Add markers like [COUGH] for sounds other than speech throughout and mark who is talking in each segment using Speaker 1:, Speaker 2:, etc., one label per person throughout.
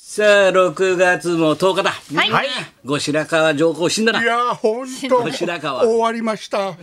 Speaker 1: さあ、6月も10日だ。
Speaker 2: はいはい
Speaker 1: ご白河上皇死んだ
Speaker 3: い
Speaker 1: な。
Speaker 3: やー本当
Speaker 1: こちら側
Speaker 3: 終わりましたね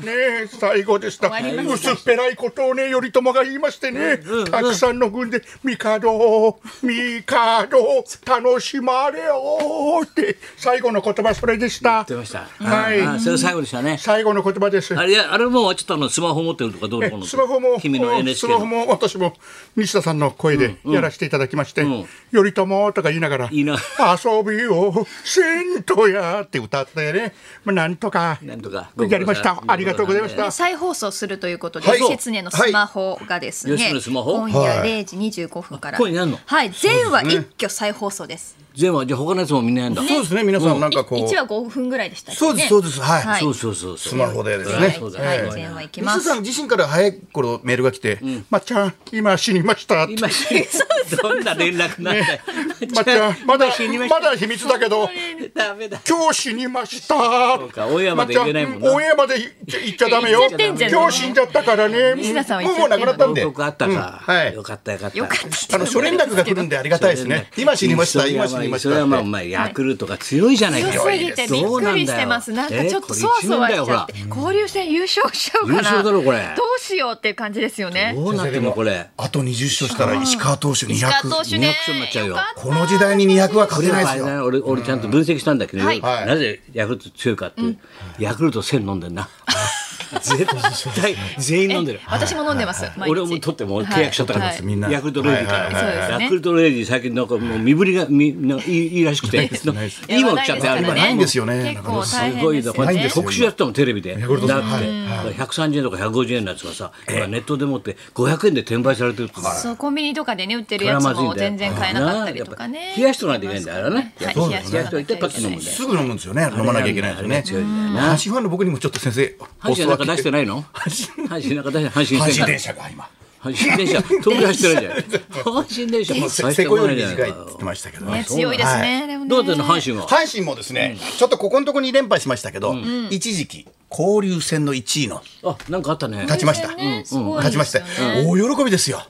Speaker 3: え最後でした
Speaker 2: 終わりました
Speaker 3: 薄っぺらいことをね頼朝が言いましてね、たくさんの軍で「帝を帝を楽しまれよ」って最後の言葉それでした
Speaker 1: 出ました。
Speaker 3: はい
Speaker 1: ああそれ最後でしたね。
Speaker 3: 最後の言葉です
Speaker 1: あれ、いやあれもうちょっとあの、スマホ持ってるとかどうのこうの。
Speaker 3: スマホも
Speaker 1: 君の
Speaker 3: うんス
Speaker 1: NHK
Speaker 3: マホ
Speaker 1: の。
Speaker 3: も私も西田さんの声でやらせていただきまして「
Speaker 1: うん
Speaker 3: 頼朝」とか言いながら「
Speaker 1: 言いなが
Speaker 3: 遊びをせんとや」って歌ってね、まあ、なんとか
Speaker 1: なんとか
Speaker 3: やりましたありがとうございました。
Speaker 2: 再放送するということで、
Speaker 3: はい
Speaker 2: 季節ねのスマホがですね、
Speaker 1: はい吉野のスマホ
Speaker 2: 今夜0時25分から、
Speaker 1: あ今夜やんの
Speaker 2: はい全話一挙再放送です、
Speaker 1: 全部は、じゃあ他のやつもみんなやんだ。
Speaker 4: そうですね、皆さんなんかこう。
Speaker 2: 一話5分ぐらいでしたっけね
Speaker 4: そうです、そうです、はい。
Speaker 2: はい
Speaker 1: そうそうそうそう。
Speaker 4: スマホでです
Speaker 2: は
Speaker 4: ね
Speaker 2: い、
Speaker 1: そうだ
Speaker 2: はい
Speaker 1: はい
Speaker 2: 全話いきま
Speaker 4: 西田
Speaker 2: す
Speaker 4: さん自身から早い頃メールが来て、
Speaker 3: まっちゃん、今死にましたって。
Speaker 1: 今死にどんな連絡なんだよ。
Speaker 3: まっちゃん、まだ
Speaker 1: 今死にま、し
Speaker 3: ま
Speaker 1: た。
Speaker 3: だ秘密だけど、
Speaker 1: ダメだ。
Speaker 3: 今日死にました。
Speaker 1: うかオンエアまで言えないもんな
Speaker 3: まっちゃオンエアまで言っちゃダメよ。
Speaker 2: 言っちゃってんじゃん
Speaker 3: 今日死んじゃったからね。
Speaker 2: 西田さんは言
Speaker 4: も
Speaker 2: っ
Speaker 4: う
Speaker 2: ちゃ
Speaker 4: も
Speaker 2: ってんの
Speaker 4: うなくなったんで、
Speaker 1: 報
Speaker 4: あ
Speaker 1: 告あったか。
Speaker 4: うんはい
Speaker 1: よかったよかった。
Speaker 2: よかったです
Speaker 4: の初連絡が来るんでありがたいですね。今死にました、今死にまし
Speaker 1: そ
Speaker 4: た
Speaker 1: れはまあ、
Speaker 4: っ
Speaker 1: お
Speaker 4: て。
Speaker 1: 前、ヤクルトが強いじゃないか。
Speaker 2: 強すぎてびっくりしてますなんかちょっとそわそわしちゃって交流戦優勝しちゃうかな
Speaker 1: 優勝だろこれ
Speaker 2: どうしようっていう感じですよね
Speaker 1: どうなってんのこれ。
Speaker 4: あと20勝したら石川投手
Speaker 2: 石川投
Speaker 4: 200。
Speaker 2: 手ね
Speaker 1: 200勝になっちゃうよ
Speaker 2: かった
Speaker 4: この時代に200は
Speaker 1: こ
Speaker 4: 勝
Speaker 1: れ
Speaker 4: て
Speaker 1: は
Speaker 4: ない
Speaker 1: あ
Speaker 4: です
Speaker 1: れ
Speaker 4: よ
Speaker 1: だ。ね俺俺ちゃんと分析したんだけど、
Speaker 2: はい
Speaker 4: はい
Speaker 1: なぜヤクルト強いかって、ヤクルト1000飲んでんな絶対全員飲んでる
Speaker 2: 私も飲んでます、毎日
Speaker 1: 俺も取っても契約書とか
Speaker 2: はい
Speaker 1: です、
Speaker 4: みんな
Speaker 1: ヤクルトレディか
Speaker 4: は
Speaker 2: はい
Speaker 4: い
Speaker 2: はいそうで
Speaker 1: ら、
Speaker 2: すね
Speaker 1: ヤクルトレディ最近なんかもう身振りがみないいいいらしく [LAUGHS] て
Speaker 2: い
Speaker 1: 今来ちゃってあれ
Speaker 4: 今ないんですよね
Speaker 2: 結構
Speaker 1: す
Speaker 2: 大変です
Speaker 1: ご
Speaker 2: よね
Speaker 1: いだこうやって特集やってたもんテレビでだって
Speaker 4: ルトさん
Speaker 1: 130円とか150円のやつがさ今ネットでもって500円で転売されてるっていうから
Speaker 2: そうコンビニとかでね売って
Speaker 1: こ
Speaker 2: る
Speaker 1: れ
Speaker 2: や
Speaker 1: は
Speaker 2: つ
Speaker 1: まずいん
Speaker 2: も
Speaker 1: だよ
Speaker 2: 全然買えなかったりとかね
Speaker 1: 冷やしとかないといけないんだよあれはね
Speaker 2: はい
Speaker 1: そう
Speaker 2: 冷
Speaker 1: だ
Speaker 2: や
Speaker 1: ね
Speaker 2: し
Speaker 1: 冷
Speaker 2: と
Speaker 1: やしと
Speaker 2: かなきゃ
Speaker 1: い
Speaker 2: い
Speaker 1: て
Speaker 2: け
Speaker 1: パ
Speaker 2: ない
Speaker 1: ッと飲むんだよ
Speaker 4: すぐ飲むんですよね。飲まなきゃいけないですよね。
Speaker 1: 強いんだよな
Speaker 4: 阪神ファンの僕にもちょっと先生、
Speaker 1: 阪神なんか出して
Speaker 4: ない。
Speaker 1: ないの阪神なんか出してない阪
Speaker 4: 阪
Speaker 1: 神
Speaker 4: 神
Speaker 1: 線
Speaker 4: 電車が今。
Speaker 2: [LAUGHS]
Speaker 1: 阪神電車東京走ってないじゃん阪神電車も
Speaker 4: も
Speaker 1: う
Speaker 4: う
Speaker 1: 最
Speaker 4: せせ
Speaker 1: 高
Speaker 4: こよ
Speaker 1: な
Speaker 4: り
Speaker 1: いじゃない
Speaker 4: 短いって
Speaker 1: か
Speaker 4: 言ってましたけど。
Speaker 2: ね強いですね、でもね
Speaker 1: どうだったの阪神は
Speaker 4: 阪神もですね、ちょっとここのとこに連敗しましたけど、一時期交流戦の1位の
Speaker 1: あなんかあったね
Speaker 4: 勝ちました、
Speaker 2: ねすごい
Speaker 4: 勝ちまして、
Speaker 2: ですよね
Speaker 4: 大喜びですよ、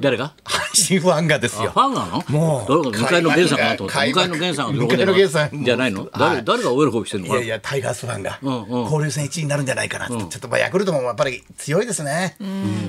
Speaker 1: 誰が
Speaker 4: 阪神ファンがです
Speaker 1: あ
Speaker 4: よ
Speaker 1: ファンなの
Speaker 4: もう
Speaker 1: どう向かいの源さんかなと思って向
Speaker 4: 開
Speaker 1: かい
Speaker 4: 幕
Speaker 1: の源さん
Speaker 4: 向かいの源さん
Speaker 1: じゃないの
Speaker 4: は
Speaker 1: 誰
Speaker 4: い
Speaker 1: 誰がお喜びしてるの
Speaker 4: い
Speaker 1: か
Speaker 4: や
Speaker 1: ない
Speaker 4: やタイガースファンが
Speaker 1: んうん
Speaker 4: 交流戦1位になるんじゃないかなって、ちょっとまあヤクルトもやっぱり強いですね、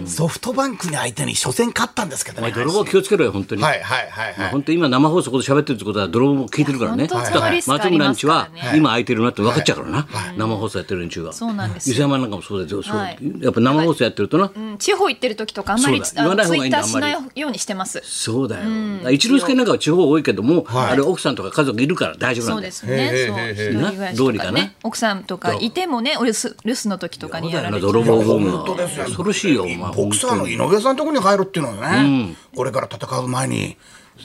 Speaker 4: ソフトバンクに相手に初戦勝ったんですけど
Speaker 1: お前
Speaker 4: ね
Speaker 1: 泥棒気をつけろよ本当に
Speaker 4: はいはいはいはい、
Speaker 1: 本当に今生放送ここで喋ってるってことは泥棒も聞いてるからね。
Speaker 2: 本当そのリスク
Speaker 1: 松
Speaker 2: あり
Speaker 1: 村ん
Speaker 2: ま
Speaker 1: ち
Speaker 2: すから
Speaker 1: は
Speaker 2: ね
Speaker 1: 今空いてるなって分かっちゃうからな。生放送やってる連中は。
Speaker 2: そうなんですよ
Speaker 1: 伊勢山なんかもそうだけど、そう
Speaker 2: はい
Speaker 1: やっぱ生放送やってるとな。
Speaker 2: うん地方行ってる時とかあんまり
Speaker 1: そう
Speaker 2: ツ
Speaker 1: だ
Speaker 2: あ
Speaker 1: 言わな
Speaker 2: の
Speaker 1: い方
Speaker 2: ツイ
Speaker 1: がいいん
Speaker 2: ッ
Speaker 1: だ
Speaker 2: ターしないようにしてます
Speaker 1: そうだよ。一之輔なんかは地方多いけども、
Speaker 4: はい
Speaker 1: あれ奥さんとか家族いるから大丈夫な
Speaker 2: そ
Speaker 1: ん
Speaker 2: う
Speaker 1: だよ
Speaker 2: で。すね
Speaker 4: へえ
Speaker 2: そう
Speaker 4: へえへえ
Speaker 2: 一人暮らし
Speaker 1: どう
Speaker 2: と
Speaker 1: にか
Speaker 2: か
Speaker 1: ね
Speaker 2: ね奥さんとかいてもねお留守留守の時とかにやられて
Speaker 1: 泥棒ゴム
Speaker 4: 本当ですよ
Speaker 1: 恐ろしいよお前
Speaker 4: ボクサーの井上さんのところに入るっていうのはね、これから戦う前に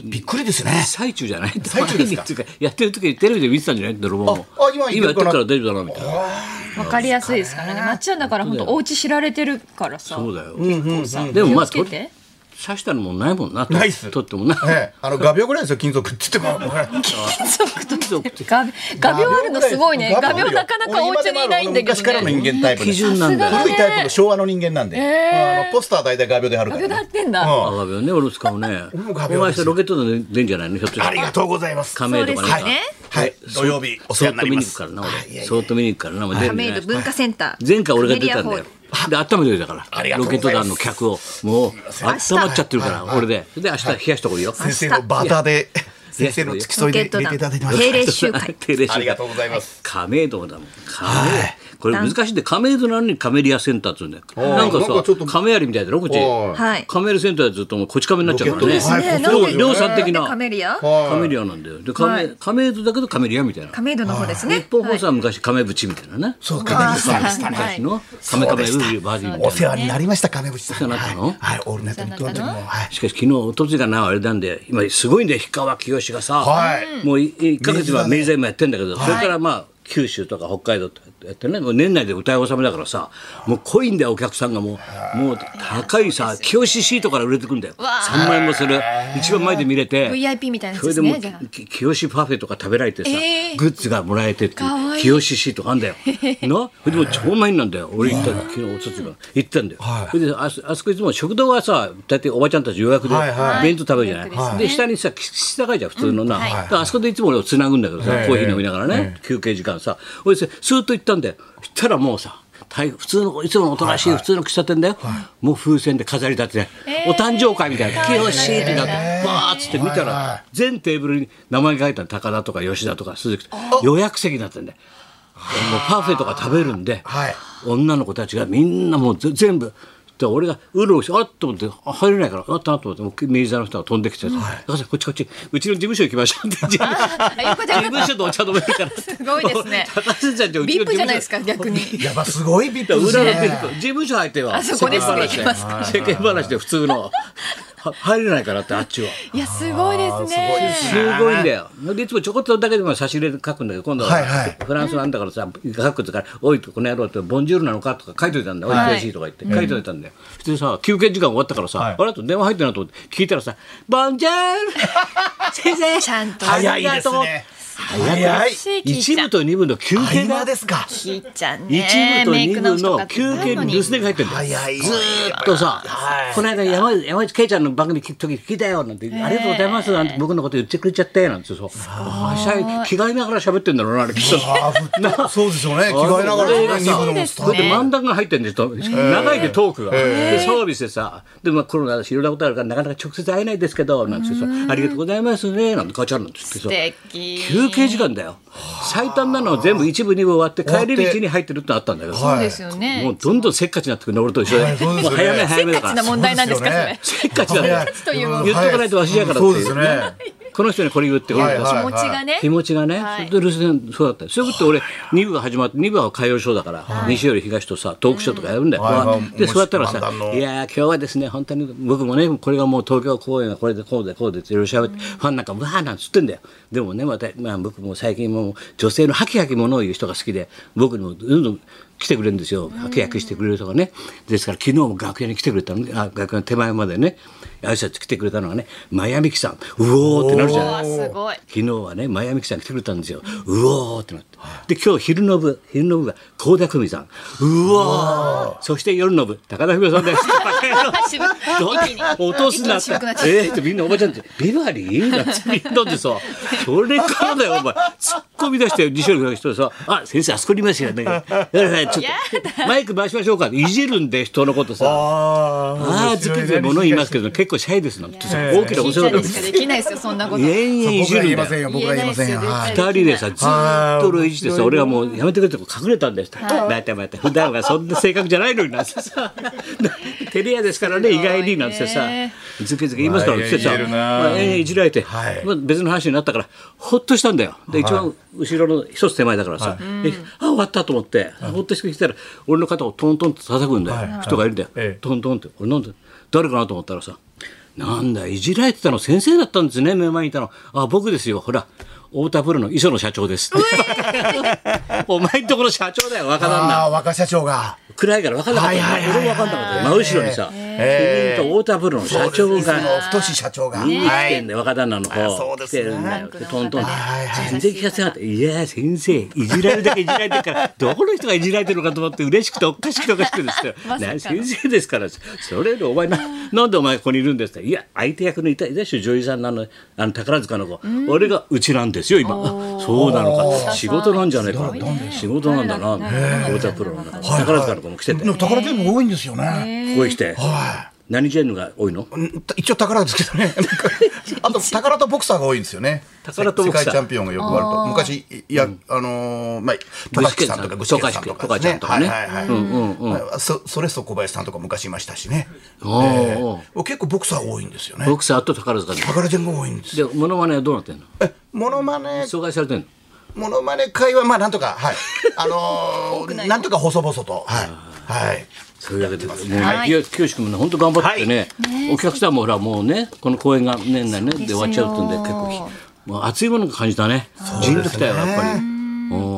Speaker 4: びっくりですね
Speaker 1: 最中じゃない
Speaker 4: 最中ですか
Speaker 1: っていうやってる時にテレビで見てたんじゃない泥棒も
Speaker 4: ああ今
Speaker 1: 今や
Speaker 4: や
Speaker 1: っる
Speaker 4: っててる
Speaker 1: か
Speaker 4: からら
Speaker 1: 大丈夫だなみたいな
Speaker 2: わかりやすいですからねまっちゃんだから本当お家知られてるからさ
Speaker 1: そうだよ
Speaker 2: さ
Speaker 1: でもまあ
Speaker 2: 気をつけて
Speaker 1: 刺したのもないもんなと
Speaker 4: ないっす
Speaker 1: 取ってもな
Speaker 4: ええ、あの画鋲ぐらいですよ金属って
Speaker 2: [LAUGHS]
Speaker 4: 言っても
Speaker 2: 画画鋲あるのすごいね画鋲なかなかお家にいないんだけ
Speaker 4: 昔から
Speaker 2: ど
Speaker 4: の
Speaker 2: ね
Speaker 4: 人間タイプで
Speaker 1: 基準なんだよ
Speaker 2: さすが
Speaker 4: 古いタイプの昭和の人間なんで、あのポスター大体画鋲で貼るか
Speaker 2: 画
Speaker 4: ら、
Speaker 2: 鋲
Speaker 4: ね、
Speaker 2: で貼ってんだ
Speaker 1: あ画鋲ね俺も使うね
Speaker 4: 俺も画鋲です
Speaker 1: お前さロケットで出んじゃないのひょっとした
Speaker 4: あ
Speaker 1: ら
Speaker 4: りがとうございます
Speaker 1: 亀
Speaker 2: そう
Speaker 1: と
Speaker 2: で
Speaker 1: か
Speaker 2: す
Speaker 1: ね
Speaker 2: よね
Speaker 4: はい土曜日お
Speaker 1: そ
Speaker 4: 世話
Speaker 1: っと
Speaker 4: になり
Speaker 1: 見に行
Speaker 4: ま
Speaker 1: く
Speaker 4: す
Speaker 1: からな俺そっと見に行くからなお前出るんじ
Speaker 2: 亀
Speaker 1: ゃない
Speaker 2: 戸文化センター
Speaker 1: 前回俺が出たんだよ
Speaker 2: カメリアホール
Speaker 1: で温めといたか
Speaker 4: あり
Speaker 1: ら
Speaker 4: がと
Speaker 1: ロ
Speaker 4: う
Speaker 1: ケット
Speaker 4: ございま
Speaker 1: 団
Speaker 4: す
Speaker 1: の客をもう温まっちゃってるから俺でで明日冷やしとこいよ
Speaker 4: 先生のバーターで先生の付き添いで入れていただいてま
Speaker 2: 定
Speaker 4: す
Speaker 2: 例
Speaker 1: [LAUGHS]
Speaker 2: 集会
Speaker 1: 定例集会
Speaker 4: ありがとうございます
Speaker 1: 亀戸だもん亀これ難しいんで亀戸なのに亀リアセンターっつうんだよなんか
Speaker 4: なん
Speaker 1: さ
Speaker 4: かちょっと
Speaker 1: 亀有みたいだろこっち
Speaker 4: は
Speaker 2: はい
Speaker 1: 亀有センターずっともうこち亀になっちゃうからね
Speaker 4: ロケットですね
Speaker 1: はい
Speaker 4: なんで
Speaker 1: りょうりょうさん的な
Speaker 2: カメリア
Speaker 4: はい
Speaker 1: 亀リアなんだよで亀亀戸だけど亀リアみたいな
Speaker 2: 亀戸の方ですね
Speaker 1: 日本放送は昔亀渕みたいなね
Speaker 4: [LAUGHS] そう亀渕さんでした
Speaker 2: は
Speaker 1: 昔
Speaker 2: い
Speaker 4: ね
Speaker 1: の亀亀ウーリーバージンみたいな
Speaker 4: お世話になりました亀渕さん
Speaker 1: お世
Speaker 4: はい
Speaker 1: 話になったの
Speaker 4: はいオールナイトニットワンの時もはい
Speaker 1: しかし昨日おとついかなあれなんで今すごいんだよ氷川きよしがさ、
Speaker 4: はい
Speaker 1: もう1か月は明治座今やってんだけど、
Speaker 4: い
Speaker 1: それからまあ九州とか北海道とかやっやってねもう年内で歌い納めだからさもう濃いんだよお客さんがもうもう高いさ清志シートから売れてくんだよ
Speaker 2: わあ
Speaker 1: 3万円もする一番前で見れて
Speaker 2: VIP みたいなやつ
Speaker 1: それで
Speaker 2: ですね
Speaker 1: もう
Speaker 2: じゃあ
Speaker 1: き清志パフェとか食べられてさ
Speaker 2: えー
Speaker 1: グッズがもらえてってい
Speaker 2: かわ
Speaker 1: う
Speaker 2: いい
Speaker 1: 清志シートがあ
Speaker 2: [LAUGHS]
Speaker 1: んだよなそれでも超満員なんだよ俺行った昨日おとついか行ったんだよそれであそあそこいつも食堂はさ大体おばちゃんたち予約で
Speaker 4: はいはい
Speaker 1: 弁当食べるじゃ
Speaker 2: はい予約
Speaker 1: な
Speaker 2: です
Speaker 1: いで
Speaker 2: ね
Speaker 1: 下にさ質高いじゃん普通のな
Speaker 2: うんはい
Speaker 1: だからあそこでいつも俺をつなぐんだけどさ
Speaker 3: ええ
Speaker 1: コーヒー飲みながらね休憩時間さ俺さスーッと行ったんだよしたらもうさ大普通のいつものおとなしい普通の喫茶店だよ、もう風船で飾り立てて、
Speaker 2: え
Speaker 1: お誕生会みたいな「
Speaker 2: かわいい
Speaker 1: 清志」ってなって
Speaker 2: え
Speaker 1: バーッつって見たら、
Speaker 4: はいはい
Speaker 1: 全テーブルに名前書いたの高田とか吉田とか鈴木とか予約席になってんだよ。もうパフェとか食べるんで、
Speaker 4: はい
Speaker 1: 女の子たちがみんなもうぜ全部。で俺がうろうろしてあっと思ってあ入れないからあったなと思ってもう右座の人が飛んできてさ「高田さんこっちこっちうちの事務所行きましょう」って
Speaker 2: [LAUGHS]
Speaker 1: 事
Speaker 2: あよかったよかった
Speaker 1: 務所とお茶飲めるからす
Speaker 2: ごいですね
Speaker 1: 高瀬ちゃんってうちの事務所
Speaker 2: VIP じゃないですか逆に
Speaker 4: やっぱすごいビッ
Speaker 1: だ
Speaker 4: プ
Speaker 1: か
Speaker 4: で
Speaker 1: ら裏
Speaker 4: す
Speaker 1: の店
Speaker 4: ね
Speaker 1: 舗事務所入っては
Speaker 2: あそこですね
Speaker 1: 世
Speaker 2: 行き
Speaker 1: 間
Speaker 2: ます
Speaker 1: 話で世間話で普通のは入れないからってあっちはい
Speaker 2: やすごいですね
Speaker 1: すごいんだよ。でいつもちょこっとだけでも差し入れ書くんだけど今度は
Speaker 4: はいはい
Speaker 1: フランスなんだからさ書くってから「おいこの野郎」って「ボンジュールなのか?」とか書いといたんだ「おい
Speaker 2: はい
Speaker 1: 悔しい」とか言って書いといたんだよ。そしてさ休憩時間終わったからさあれと電話入ってるなと思って聞いたらさ「ボンジュー
Speaker 4: [LAUGHS]
Speaker 1: ル先生
Speaker 2: ちゃんと
Speaker 1: 早
Speaker 4: 早
Speaker 1: い
Speaker 4: い
Speaker 1: で
Speaker 4: ですす
Speaker 1: ね
Speaker 4: ね早い
Speaker 1: 一部と二部の休憩
Speaker 4: 合間
Speaker 1: だ
Speaker 4: ですか
Speaker 2: きいちゃん
Speaker 1: 一
Speaker 2: ね
Speaker 1: 部と
Speaker 2: メイ
Speaker 1: 二
Speaker 2: ク直
Speaker 1: 部
Speaker 2: しと
Speaker 1: の
Speaker 2: かって
Speaker 1: 休憩に留守電が入ってるんだよ。
Speaker 4: 早い
Speaker 1: ずーっとさ、この間山内山内圭ちゃんの番組聞く時聞いたよなんて、ありがとうございますなんて僕のこと言ってくれちゃってなんてそう、ああ着替えながら喋ってんだろうなあれきっと。
Speaker 4: あーふそうですよね着替えながら
Speaker 1: 俺が
Speaker 4: ね
Speaker 1: さ
Speaker 4: 二部のもスター
Speaker 1: それで漫談が入ってんですと長いでトークがでサービスでさでまあコロナだしいろんなことあるからなかなか直接会えないですけどなんてさありがとうございますねなんてガチャンなんて言ってさ
Speaker 2: 素敵
Speaker 1: 休憩時間だよ最短なのは全部一部二部終わって帰り道に入ってるってのあったんだけどさ
Speaker 2: そうですよね
Speaker 1: もうどんどんせっかちになってくるね俺と一緒で
Speaker 4: はいそうです
Speaker 1: もう
Speaker 4: よね
Speaker 1: 早め早めだ
Speaker 2: せっ
Speaker 1: か
Speaker 2: かちなも
Speaker 1: ら
Speaker 2: 問題なんですかそれ
Speaker 4: そうすよね
Speaker 1: せっかちなんだよ
Speaker 4: せっかちという
Speaker 1: 言っとかないとわしだから
Speaker 4: そう
Speaker 1: って
Speaker 4: で
Speaker 1: い
Speaker 4: す
Speaker 1: う
Speaker 4: ね
Speaker 1: この人にこれ言うってこと
Speaker 4: はいはい
Speaker 2: 気持ちがね
Speaker 1: 気持ちがね、
Speaker 2: はい
Speaker 1: それで留守電そうだったよそういうこと俺2部が始まって2部は歌謡ショーだから、西より東とさトークショーとかやるんだよ、
Speaker 4: はい
Speaker 1: まあ
Speaker 4: はい
Speaker 1: でそうやったらさ
Speaker 4: 漫
Speaker 1: 「
Speaker 4: 談の
Speaker 1: いやー今日はですね本当に僕もねこれがもう東京公演はこれでこうでこうで」っていろいろ喋って、ファンなんか「わー」なんつってんだよでもねまた、まあ、僕も最近もう女性のハキハキものを言う人が好きで僕にもどんどん来てくれるんですよハキハキしてくれるとかね、ですから昨日も楽屋に来てくれたのねあ楽屋の手前までね挨拶来てくれたのがねマヤミキさんうおーってなるじゃない
Speaker 2: わあすごい
Speaker 1: 昨日はねマヤミキさん来てくれたんですようおーってなってで今日昼の部昼の部が倖田來未さんうおーそして夜の部高田文夫さんですバカ野郎
Speaker 2: 渋い
Speaker 1: どう
Speaker 2: 一気に
Speaker 1: 落とすなって
Speaker 2: 一気に渋くなっちゃった
Speaker 1: えーってみんなおばちゃんってビバリーなんてみんなでさそれからだよお前突っ込み出して西織の人でさ「あ先生あそこにいますよね」だからちょっとマイク回しましょうか」いじるんで人のことさ。
Speaker 4: あ
Speaker 1: ああ、ずくずく物言いますけ
Speaker 4: ど
Speaker 1: ど、結構シャイですなんて、
Speaker 4: やいや
Speaker 1: 大きな
Speaker 2: き
Speaker 1: お
Speaker 2: い
Speaker 1: 世
Speaker 2: ちゃ
Speaker 1: 話
Speaker 2: ん
Speaker 1: だ
Speaker 2: にしかできないですよそんなこと
Speaker 1: 延々い
Speaker 4: 僕
Speaker 1: じ
Speaker 4: は
Speaker 1: るん
Speaker 4: 言いま
Speaker 1: だ
Speaker 4: せ
Speaker 1: よ
Speaker 4: ん。よ僕は言いませんよ
Speaker 2: 言えない
Speaker 4: は
Speaker 2: で
Speaker 4: い
Speaker 2: すよ
Speaker 1: 二人でさずーっと類似してさ俺はもうやめてくれって隠れたんですって大体また普段はそんな性格じゃないのになってさ照れ屋ですからね意外になんてさズケズケ言いますからってさ
Speaker 3: まあいやいや言えるな
Speaker 1: まあええいじられて
Speaker 4: はい
Speaker 1: まあ別の話になったからほっとしたんだよで一番後ろの一つ手前だからさえあ終わったと思ってほっとしてきたら俺の肩をトントンと叩くんだよ人がいるんだよ
Speaker 3: ええ
Speaker 1: トントンって俺なんで誰かなと思ったらさなんだいじられてたの先生だったんですね目の前にいたのあ僕ですよほら太田プロの磯野社長です [LAUGHS] お前んとこの社長だよ若旦
Speaker 4: あ
Speaker 1: 那
Speaker 4: あ若社長が
Speaker 1: 暗いから分かんなかっ
Speaker 4: はいはいは
Speaker 1: た
Speaker 4: いはい
Speaker 1: 俺も分かんなかった真後ろにさ君と太田プロの社長
Speaker 4: 水
Speaker 1: が
Speaker 4: 野太志社長が
Speaker 1: 来
Speaker 4: は
Speaker 1: てん
Speaker 4: い
Speaker 1: だよ若旦那の
Speaker 4: あそ
Speaker 1: 方
Speaker 4: うで
Speaker 1: 来
Speaker 4: す
Speaker 1: て
Speaker 4: ね
Speaker 1: るんだよでトントンで
Speaker 2: はいはい
Speaker 1: 全然聞かせなかった「いや先生いじられるだけいじられてるからどこの人がいじられてるのかと思って嬉しくておかしくておかしくてですよ
Speaker 2: まさかの
Speaker 1: な先生ですからそれよりお前ななんでお前ここにいるんですかいや相手役のいたいたでしょ女優さんなのあの宝塚の子俺がうちなんですよ今そうなのか仕事なんじゃないかな仕事なんだな太田プロの中宝塚の子も来てて
Speaker 4: でも宝ジェム多いんですよね
Speaker 1: ここへ来て
Speaker 4: は
Speaker 1: 何ジェンヌが多いの
Speaker 4: いうん一応宝ですけどね [LAUGHS] なんかあ
Speaker 1: [LAUGHS]
Speaker 4: と宝とボクサーが多いんですよね
Speaker 1: 宝とボクサー
Speaker 4: 世界チャンピオンがよくあると昔いやあのーまあ
Speaker 1: 具
Speaker 4: 戸
Speaker 1: 志堅
Speaker 4: 崎
Speaker 1: さん
Speaker 4: さんとか具志堅さんと
Speaker 1: と
Speaker 4: かです
Speaker 1: かちゃんとかね
Speaker 4: はいはいはいはいそそれそ小林さんとか昔いましたしね
Speaker 1: おーおー
Speaker 4: 結構ボクサー多いんですよね
Speaker 1: ボクサーと宝塚で
Speaker 4: 宝ジェムが多いんです
Speaker 1: でモノマネはどうなってんの
Speaker 4: えモノマネ
Speaker 1: 紹介されてんの
Speaker 4: モノマネ会はまあなんと
Speaker 1: [LAUGHS]
Speaker 4: かはいあのーなんとか細々とはいはい
Speaker 1: それだけでもうね
Speaker 2: はい
Speaker 1: 清清志君もね本当頑張ってね,、お客さんもほらもうねこの公演が年内ねで
Speaker 2: で
Speaker 1: 終
Speaker 2: すよ
Speaker 1: わっちゃうってんで結構きもう熱いものが感じたねじんときたよやっぱり。う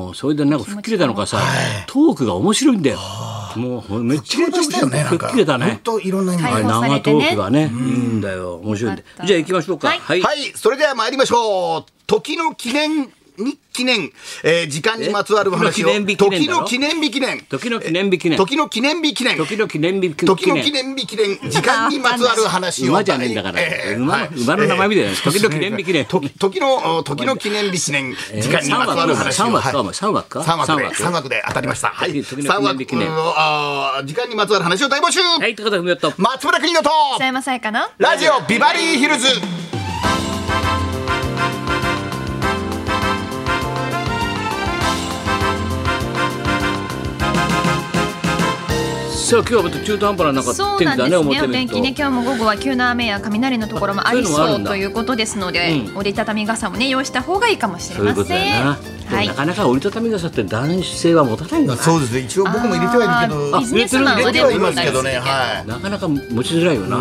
Speaker 1: んそれでなんか吹っ切れたのかさ、トークが面白いんだよ。もうめっちゃめちゃ
Speaker 4: したよね、な
Speaker 1: 吹
Speaker 4: ん
Speaker 1: っ
Speaker 4: か。
Speaker 1: 切れたね
Speaker 4: 本。当いろんな意味で
Speaker 1: あ
Speaker 2: は
Speaker 1: れ
Speaker 2: い解放さ
Speaker 1: 生
Speaker 2: れ
Speaker 1: ト
Speaker 2: てね
Speaker 1: ークがね、いいんだよ。面白いんで
Speaker 2: よかっ。た
Speaker 1: じゃあ行きましょうか。
Speaker 2: はい
Speaker 1: はい。
Speaker 4: はい、それでは参りましょう。時の記念に記念、えー時間にまつわるお話を。
Speaker 1: え時
Speaker 4: 時
Speaker 1: の
Speaker 4: の
Speaker 1: 記
Speaker 4: 記念日記念。
Speaker 1: 時の記念日記念。
Speaker 4: 時の記念日記念。
Speaker 1: 時の記念日記念。
Speaker 4: 時の記念日記念。時間にまつわる話を。
Speaker 1: 馬じゃねえんだから
Speaker 4: えー
Speaker 1: 馬の
Speaker 4: はい
Speaker 1: 馬の名前みたいな時の記念日記念
Speaker 4: 時時の、お時の記念日記念。時間にまつわる話を。
Speaker 1: 3枠
Speaker 4: はい
Speaker 1: か、お前3枠か
Speaker 4: 三枠
Speaker 1: 三
Speaker 4: で、三枠で当たりました。はい。
Speaker 1: 時々
Speaker 4: 三枠
Speaker 1: 記念日記念
Speaker 4: をあー時間にまつわる話を大募集
Speaker 1: はい、ということで、ふみおと。
Speaker 4: 松村邦乃と
Speaker 2: 北山さやかな
Speaker 4: ラジオビバリーヒルズ
Speaker 1: さあ、今日はまた中途半端ななんか
Speaker 2: そう
Speaker 1: 天
Speaker 2: な
Speaker 1: 気だ
Speaker 2: んで
Speaker 1: ね、
Speaker 2: すね
Speaker 1: 思って
Speaker 2: お
Speaker 1: み
Speaker 2: 天
Speaker 1: ると
Speaker 2: 気ね。今日も午後は急な雨や雷のところもあり
Speaker 1: そういうのもあ
Speaker 2: そ
Speaker 1: るん
Speaker 2: う
Speaker 1: だ
Speaker 2: ということですので、折りたたみ傘もね用意した方がいいかもしれ
Speaker 1: そういう
Speaker 2: ま
Speaker 1: ことだよ
Speaker 2: せん
Speaker 1: な。でも
Speaker 2: はい
Speaker 1: なかなか折りたたみ傘って男性は持たないよな。
Speaker 4: うですね、一応僕も入れてはいる
Speaker 2: あービジネスマンは
Speaker 1: 入れ
Speaker 2: ね
Speaker 1: てはい
Speaker 4: い
Speaker 2: ま
Speaker 4: ますす
Speaker 2: け
Speaker 4: け
Speaker 2: ど
Speaker 4: ど
Speaker 2: ね
Speaker 4: ね、はい。
Speaker 1: なかなか持ちづらいよな。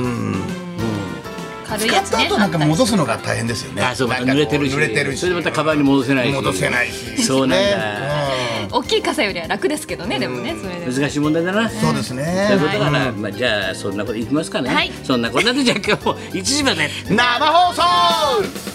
Speaker 2: 軽い
Speaker 4: 使
Speaker 2: や
Speaker 4: っ
Speaker 2: つ
Speaker 4: た
Speaker 2: ね
Speaker 4: 後なんか戻すのが大変ですよね。
Speaker 1: あ、そうま
Speaker 4: な
Speaker 1: た
Speaker 4: んか
Speaker 1: 濡
Speaker 4: こう
Speaker 1: れてるし。
Speaker 4: 濡れてるし。
Speaker 1: それでまたカバンに戻せないし。
Speaker 4: 戻せないし。
Speaker 1: そうなんだ。
Speaker 4: ね
Speaker 2: 大きい傘よりは楽ですけどねでもねそれでも
Speaker 1: 難しい問題だな。
Speaker 4: うんそうです
Speaker 1: というこ
Speaker 4: ね。
Speaker 1: とから、まあ、じゃあそんなこといきますかね、
Speaker 2: はい
Speaker 1: そんなこんなでじゃあ今日も1時まで
Speaker 4: 生放送